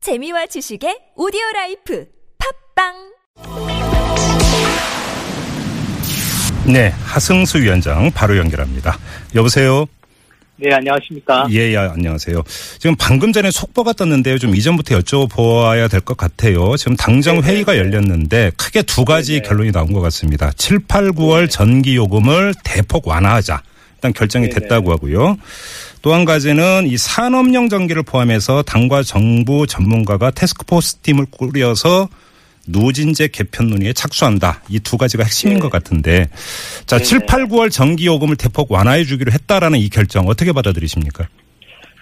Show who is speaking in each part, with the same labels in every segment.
Speaker 1: 재미와 지식의 오디오 라이프 팝빵
Speaker 2: 네, 하승수 위원장 바로 연결합니다. 여보세요.
Speaker 3: 네, 안녕하십니까.
Speaker 2: 예, 예, 안녕하세요. 지금 방금 전에 속보가 떴는데요. 좀 이전부터 여쭤보아야 될 것 같아요. 지금 당정
Speaker 3: 네네.
Speaker 2: 회의가 열렸는데 크게 두 가지
Speaker 3: 네네. 네.
Speaker 2: 결론이 나온 것 같습니다. 7, 8, 9월 전기 요금을 대폭 완화하자. 일단 결정이
Speaker 3: 네네.
Speaker 2: 됐다고 하고요. 또 한 가지는 이 산업용 전기를 포함해서 당과 정부 전문가가 테스크포스 팀을 꾸려서 누진제 개편 논의에 착수한다. 이 두 가지가 핵심인
Speaker 3: 네.
Speaker 2: 것 같은데. 자,
Speaker 3: 네네.
Speaker 2: 7, 8, 9월 전기 요금을 대폭 완화해 주기로 했다라는 이 결정 어떻게 받아들이십니까?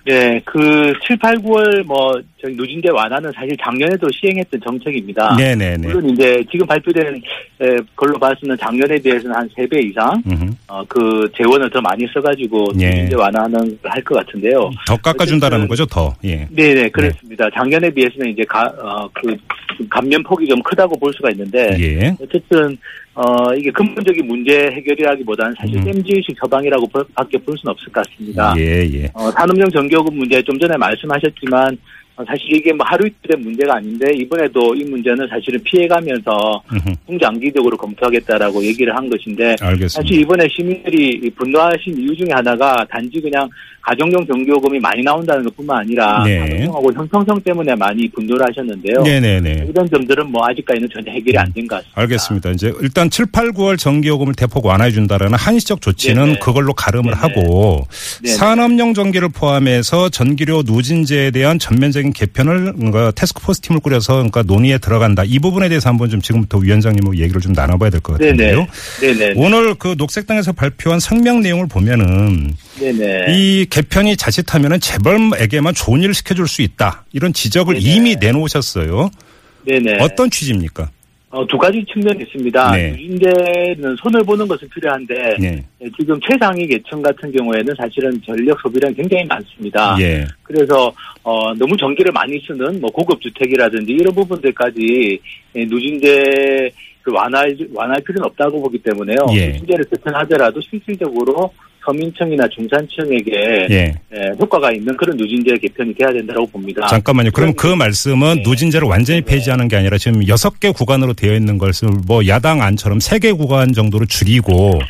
Speaker 2: 예.
Speaker 3: 네, 그 7, 8, 9월 뭐 저기 누진제 완화는 사실 작년에도 시행했던 정책입니다.
Speaker 2: 네네네.
Speaker 3: 아, 물론 이제 지금 발표되는 에, 걸로 봐서는 작년에 비해서는 한 3배 이상
Speaker 2: 음흠.
Speaker 3: 어, 그 재원을 더 많이 써가지고
Speaker 2: 예.
Speaker 3: 누진제 완화는 할 것 같은데요.
Speaker 2: 더 깎아준다라는 거죠, 더. 예.
Speaker 3: 네, 네, 그렇습니다. 작년에 비해서는 이제 가, 어, 그 감면 폭이 좀 크다고 볼 수가 있는데
Speaker 2: 예.
Speaker 3: 어쨌든 어 이게 근본적인 문제 해결이라기보다는 사실
Speaker 2: 음.
Speaker 3: 땜질식 처방이라고 볼- 밖에 볼 수는 없을 것 같습니다.
Speaker 2: 예, 예.
Speaker 3: 어, 산업용 전기요금 문제 좀 전에 말씀하셨지만 어, 사실 이게 뭐 하루 이틀의 문제가 아닌데 이번에도 이 문제는 사실은 피해가면서
Speaker 2: 음흠.
Speaker 3: 중장기적으로 검토하겠다라고 얘기를 한 것인데 사실
Speaker 2: 알겠습니다.
Speaker 3: 이번에 시민들이 이 분노하신 이유 중에 하나가 단지 그냥 가정용 전기요금이 많이 나온다는 것뿐만 아니라
Speaker 2: 네.
Speaker 3: 가동하고 형평성 때문에 많이 분노를 하셨는데요.
Speaker 2: 네네네.
Speaker 3: 이런 점들은 뭐 아직까지는 전혀 해결이 안 된 것 같습니다.
Speaker 2: 알겠습니다. 이제 일단 7, 8, 9월 전기요금을 대폭 완화해준다라는 한시적 조치는
Speaker 3: 네네.
Speaker 2: 그걸로 가름을
Speaker 3: 네네.
Speaker 2: 하고
Speaker 3: 네네.
Speaker 2: 산업용 전기를 포함해서 전기료 누진제에 대한 전면적인 개편을 그러니까 테스크포스 팀을 꾸려서 그러니까 논의에 들어간다. 이 부분에 대해서 한번 좀 지금부터 위원장님하고 얘기를 좀 나눠봐야 될 것 같은데요.
Speaker 3: 네네. 네네.
Speaker 2: 오늘 그 녹색당에서 발표한 성명 내용을 보면은
Speaker 3: 네네.
Speaker 2: 이 개편이 자칫하면은 재벌에게만 좋은 일을 시켜줄 수 있다 이런 지적을
Speaker 3: 네네.
Speaker 2: 이미 내놓으셨어요.
Speaker 3: 네네.
Speaker 2: 어떤 취지입니까?
Speaker 3: 어, 두 가지 측면이 있습니다.
Speaker 2: 네.
Speaker 3: 누진제는 손을 보는 것은 필요한데
Speaker 2: 네.
Speaker 3: 예, 지금 최상위 계층 같은 경우에는 사실은 전력 소비량이 굉장히 많습니다.
Speaker 2: 예.
Speaker 3: 그래서 어, 너무 전기를 많이 쓰는 뭐 고급 주택이라든지 이런 부분들까지 예, 누진제 그 완화할, 완화할 필요는 없다고 보기 때문에요.
Speaker 2: 예.
Speaker 3: 누진제를 개편하더라도 실질적으로 서민층이나 중산층에게
Speaker 2: 예.
Speaker 3: 예, 효과가 있는 그런 누진제 개편이 돼야 된다고 봅니다.
Speaker 2: 잠깐만요. 그럼 그 말씀은
Speaker 3: 아. 네.
Speaker 2: 누진제를 완전히 폐지하는 게 아니라 지금 여섯 개 구간으로 되어 있는 것을 뭐 야당 안처럼 세 개 구간 정도로 줄이고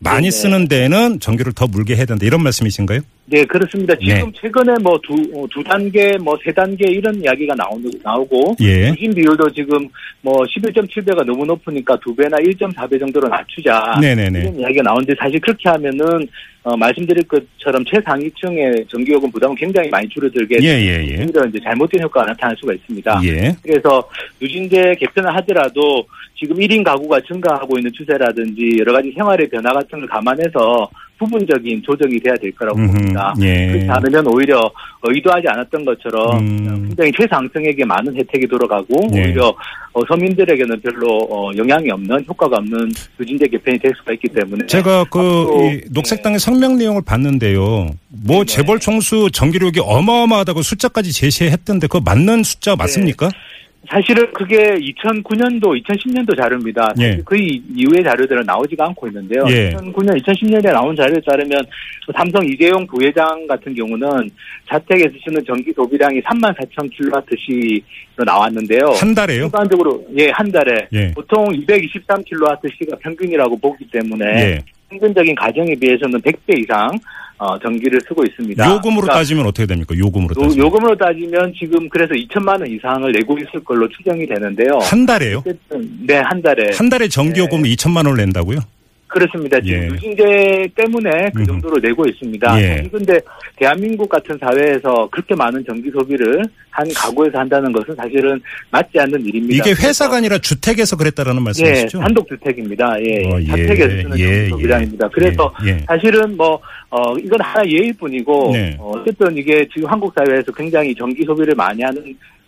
Speaker 2: 많이
Speaker 3: 네네.
Speaker 2: 쓰는 데는 전기를 더 물게 해야 된다 이런 말씀이신가요?
Speaker 3: 네, 그렇습니다. 지금
Speaker 2: 네.
Speaker 3: 최근에 뭐 두, 어, 두 단계, 뭐 세 단계 이런 이야기가 나오는, 나오고,
Speaker 2: 예.
Speaker 3: 누진 비율도 지금 뭐 11.7배가 너무 높으니까 두 배나 1.4배 정도로 낮추자.
Speaker 2: 네네네.
Speaker 3: 이런 이야기가 나오는데 사실 그렇게 하면은, 어, 말씀드릴 것처럼 최상위층의 전기요금 부담은 굉장히 많이 줄어들게.
Speaker 2: 예예예. 예,
Speaker 3: 오히려 이제 잘못된 효과가 나타날 수가 있습니다.
Speaker 2: 예.
Speaker 3: 그래서 누진제 개편을 하더라도 지금 1인 가구가 증가하고 있는 추세라든지 여러 가지 생활의 변화 같은 걸 감안해서 부분적인 조정이 돼야 될 거라고
Speaker 2: 음흠.
Speaker 3: 봅니다.
Speaker 2: 예.
Speaker 3: 그렇지 않으면 오히려 의도하지 않았던 것처럼
Speaker 2: 음.
Speaker 3: 굉장히 최상층에게 많은 혜택이 돌아가고
Speaker 2: 예.
Speaker 3: 오히려 어, 서민들에게는 별로 어, 영향이 없는 효과가 없는 누진제 개편이 될 수가 있기 때문에
Speaker 2: 제가 그
Speaker 3: 네. 앞으로,
Speaker 2: 이 녹색당의 성명 내용을 봤는데요. 뭐
Speaker 3: 네네.
Speaker 2: 재벌 총수 전기료액이 어마어마하다고 숫자까지 제시했던데 그거 맞는
Speaker 3: 네.
Speaker 2: 숫자 맞습니까?
Speaker 3: 사실은 그게 2009년도, 2010년도 자료입니다. 사실
Speaker 2: 예.
Speaker 3: 그 이- 이후의 자료들은 나오지가 않고 있는데요.
Speaker 2: 예.
Speaker 3: 2009년, 2010년에 나온 자료에 따르면 뭐 삼성 이재용 부회장 같은 경우는 자택에서 쓰는 전기 소비량이 3만 4천 킬로와트 시로 나왔는데요.
Speaker 2: 한 달에요?
Speaker 3: 일반적으로 예 한 달에
Speaker 2: 예.
Speaker 3: 보통 223 킬로와트 시가 평균이라고 보기 때문에
Speaker 2: 예.
Speaker 3: 평균적인 가정에 비해서는 100배 이상 어, 전기를 쓰고 있습니다.
Speaker 2: 요금으로
Speaker 3: 그러니까
Speaker 2: 따지면 어떻게 됩니까? 요금으로
Speaker 3: 요-
Speaker 2: 따지면
Speaker 3: 요금으로 따지면 지금 그래서 2천만 원 이상을 내고 있을 걸로 추정이 되는데요.
Speaker 2: 한 달에요?
Speaker 3: 어쨌든 어. 네한 달에
Speaker 2: 한 달에 전기요금을 2천만 원을 낸다고요?
Speaker 3: 그렇습니다. 지금
Speaker 2: 예.
Speaker 3: 누진제 때문에 그
Speaker 2: 음.
Speaker 3: 정도로 내고 있습니다.
Speaker 2: 예.
Speaker 3: 그런데 대한민국 같은 사회에서 그렇게 많은 전기 소비를 한 가구에서 한다는 것은 사실은 맞지 않는 일입니다.
Speaker 2: 이게 회사가 아니라 주택에서 그랬다라는
Speaker 3: 예,
Speaker 2: 말씀이시죠?
Speaker 3: 단독 주택입니다. 예,
Speaker 2: 어, 예,
Speaker 3: 자택에서 쓰는
Speaker 2: 예, 예.
Speaker 3: 전기 소비량입니다. 그래서
Speaker 2: 예, 예.
Speaker 3: 사실은 뭐, 어, 이건 하나 예일 뿐이고,
Speaker 2: 네.
Speaker 3: 어, 어쨌든 이게 지금 한국 사회에서 굉장히 전기 소비를 많이 하는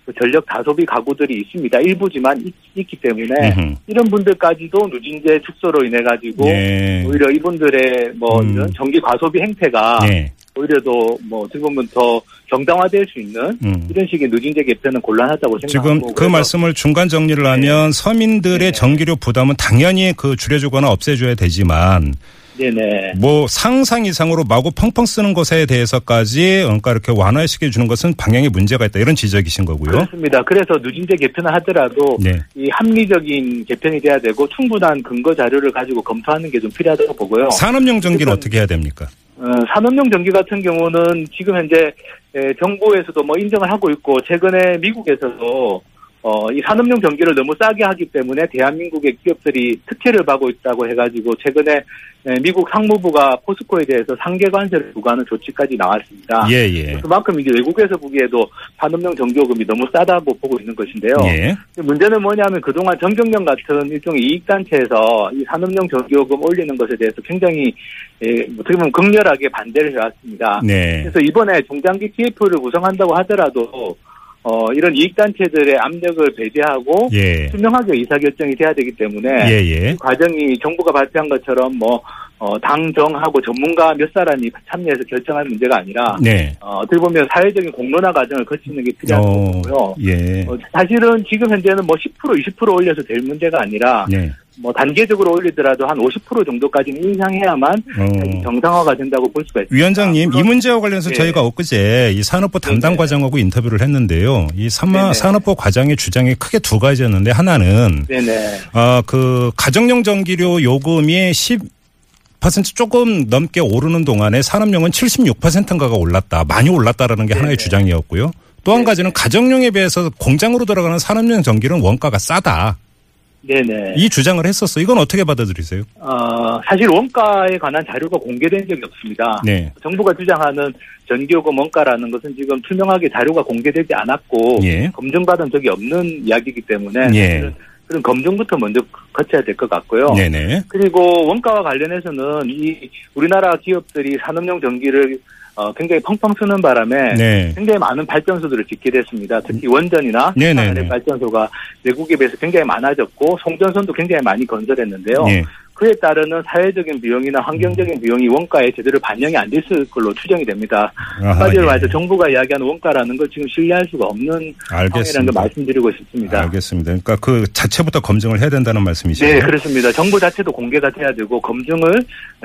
Speaker 3: 그 전력 다소비 가구들이 있습니다. 일부지만 있, 기 때문에
Speaker 2: 음흠.
Speaker 3: 이런 분들까지도 누진제 축소로 인해 가지고
Speaker 2: 예.
Speaker 3: 오히려 이분들의 뭐
Speaker 2: 음.
Speaker 3: 이런 전기 과소비 행태가
Speaker 2: 예.
Speaker 3: 오히려 더뭐 어떻게 보면 더 경당화될 수 있는
Speaker 2: 음.
Speaker 3: 이런 식의 누진제 개편은 곤란하다고 생각하고
Speaker 2: 지금 그
Speaker 3: 그래서
Speaker 2: 말씀을 중간 정리를 하면 서민들의
Speaker 3: 네.
Speaker 2: 전기료 부담은 당연히 그 줄여주거나 없애줘야 되지만
Speaker 3: 네네.
Speaker 2: 뭐 상상 이상으로 마구 펑펑 쓰는 것에 대해서까지 그러니까 이렇게 완화시켜 주는 것은 방향에 문제가 있다 이런 지적이신 거고요.
Speaker 3: 그렇습니다. 그래서 누진제 개편을 하더라도
Speaker 2: 네.
Speaker 3: 이 합리적인 개편이 돼야 되고 충분한 근거 자료를 가지고 검토하는 게 좀 필요하다고 보고요.
Speaker 2: 산업용 전기는
Speaker 3: 일단-
Speaker 2: 어떻게 해야 됩니까?
Speaker 3: 어, 산업용 전기 같은 경우는 지금 현재 에, 정부에서도 뭐 인정을 하고 있고 최근에 미국에서도 어, 이 산업용 전기를 너무 싸게 하기 때문에 대한민국의 기업들이 특혜를 받고 있다고 해가지고 최근에 에, 미국 상무부가 포스코에 대해서 상계 관세를 부과하는 조치까지 나왔습니다.
Speaker 2: 예, 예.
Speaker 3: 그만큼 이제 외국에서 보기에도 산업용 전기요금이 너무 싸다고 보고 있는 것인데요.
Speaker 2: 예.
Speaker 3: 문제는 뭐냐면 그동안 정경련 같은 일종의 이익단체에서 이 산업용 전기요금 올리는 것에 대해서 굉장히 예, 어떻게 보면 극렬하게 반대를 해왔습니다.
Speaker 2: 네.
Speaker 3: 그래서 이번에 중장기 TF를 구성한다고 하더라도 어, 이런 이익단체들의 압력을 배제하고
Speaker 2: 예.
Speaker 3: 투명하게 의사결정이 돼야 되기 때문에
Speaker 2: 예, 예.
Speaker 3: 이 과정이 정부가 발표한 것처럼 뭐 어, 당정하고 전문가 몇 사람이 참여해서 결정할 문제가 아니라
Speaker 2: 네.
Speaker 3: 어, 어떻게 보면 사회적인 공론화 과정을 거치는 게 필요한
Speaker 2: 어,
Speaker 3: 거고요.
Speaker 2: 예.
Speaker 3: 네. 어, 사실은 지금 현재는 뭐 10% 20% 올려서 될 문제가 아니라
Speaker 2: 네.
Speaker 3: 뭐 단계적으로 올리더라도 한 50% 정도까지는 인상해야만
Speaker 2: 어.
Speaker 3: 네, 정상화가 된다고 볼 수가 있습니다.
Speaker 2: 위원장님, 이
Speaker 3: 물론-
Speaker 2: 문제와 관련해서
Speaker 3: 예.
Speaker 2: 저희가 엊그제 이 산업부 담당
Speaker 3: 네네.
Speaker 2: 과장하고 인터뷰를 했는데요. 이 산마,
Speaker 3: 네네.
Speaker 2: 산업부 과장의 주장이 크게 두 가지였는데 하나는
Speaker 3: 네네.
Speaker 2: 아, 그 가정용 전기료 요금이 10% 조금 넘게 오르는 동안에 산업용은 76%인가가 올랐다. 많이 올랐다라는 게 하나의
Speaker 3: 네네.
Speaker 2: 주장이었고요. 또 한
Speaker 3: 네네.
Speaker 2: 가지는 가정용에 비해서 공장으로 들어가는 산업용 전기는 원가가 싸다.
Speaker 3: 네네.
Speaker 2: 이 주장을 했었어. 이건 어떻게 받아들이세요?
Speaker 3: 어, 사실 원가에 관한 자료가 공개된 적이 없습니다.
Speaker 2: 네.
Speaker 3: 정부가 주장하는 전기요금 원가라는 것은 지금 투명하게 자료가 공개되지 않았고
Speaker 2: 예.
Speaker 3: 검증받은 적이 없는 이야기이기 때문에
Speaker 2: 예.
Speaker 3: 사실은 그런 검증부터 먼저 그 거쳐야 될 것 같고요.
Speaker 2: 네네.
Speaker 3: 그리고 원가와 관련해서는 이 우리나라 기업들이 산업용 전기를 어, 굉장히 펑펑 쓰는 바람에
Speaker 2: 네.
Speaker 3: 굉장히 많은 발전소들을 짓게 됐습니다. 특히 원전이나
Speaker 2: 네, 네,
Speaker 3: 하늘의
Speaker 2: 네.
Speaker 3: 발전소가 외국에 비해서 굉장히 많아졌고 송전선도 굉장히 많이 건설했는데요.
Speaker 2: 예.
Speaker 3: 그에 따르는 사회적인 비용이나
Speaker 2: 음.
Speaker 3: 환경적인 비용이 원가에 제대로 반영이 안 됐을 걸로 추정이 됩니다.
Speaker 2: 아하,
Speaker 3: 빠지로
Speaker 2: 예.
Speaker 3: 말해서 정부가 이야기하는 원가라는 걸 지금 신뢰할 수가 없는 상황이라는 걸
Speaker 2: 알겠습니다.
Speaker 3: 말씀드리고 싶습니다.
Speaker 2: 알겠습니다. 그러니까 그 자체부터 검증을 해야 된다는 말씀이시죠?
Speaker 3: 네, 그렇습니다. 정부 자체도 공개가 돼야 되고 검증을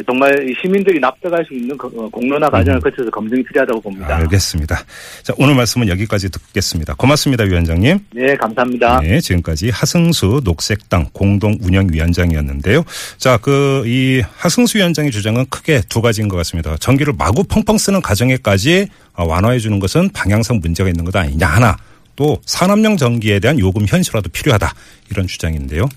Speaker 3: 정말 이 시민들이 납득할 수 있는 거- 어, 공론화 과정을 거쳐서 검증이 필요하다고 봅니다.
Speaker 2: 음. 아, 알겠습니다. 자, 오늘 말씀은 여기까지 듣겠습니다. 고맙습니다, 위원장님.
Speaker 3: 네, 감사합니다.
Speaker 2: 네, 지금까지 하승수 녹색당 공동운영위원장이었는데요. 자, 그 이 하승수 위원장의 주장은 크게 두 가지인 것 같습니다. 전기를 마구 펑펑 쓰는 가정에까지 어, 완화해 주는 것은 방향상 문제가 있는 것 아니냐 하나. 또 산업용 전기에 대한 요금 현실화도 필요하다 이런 주장인데요.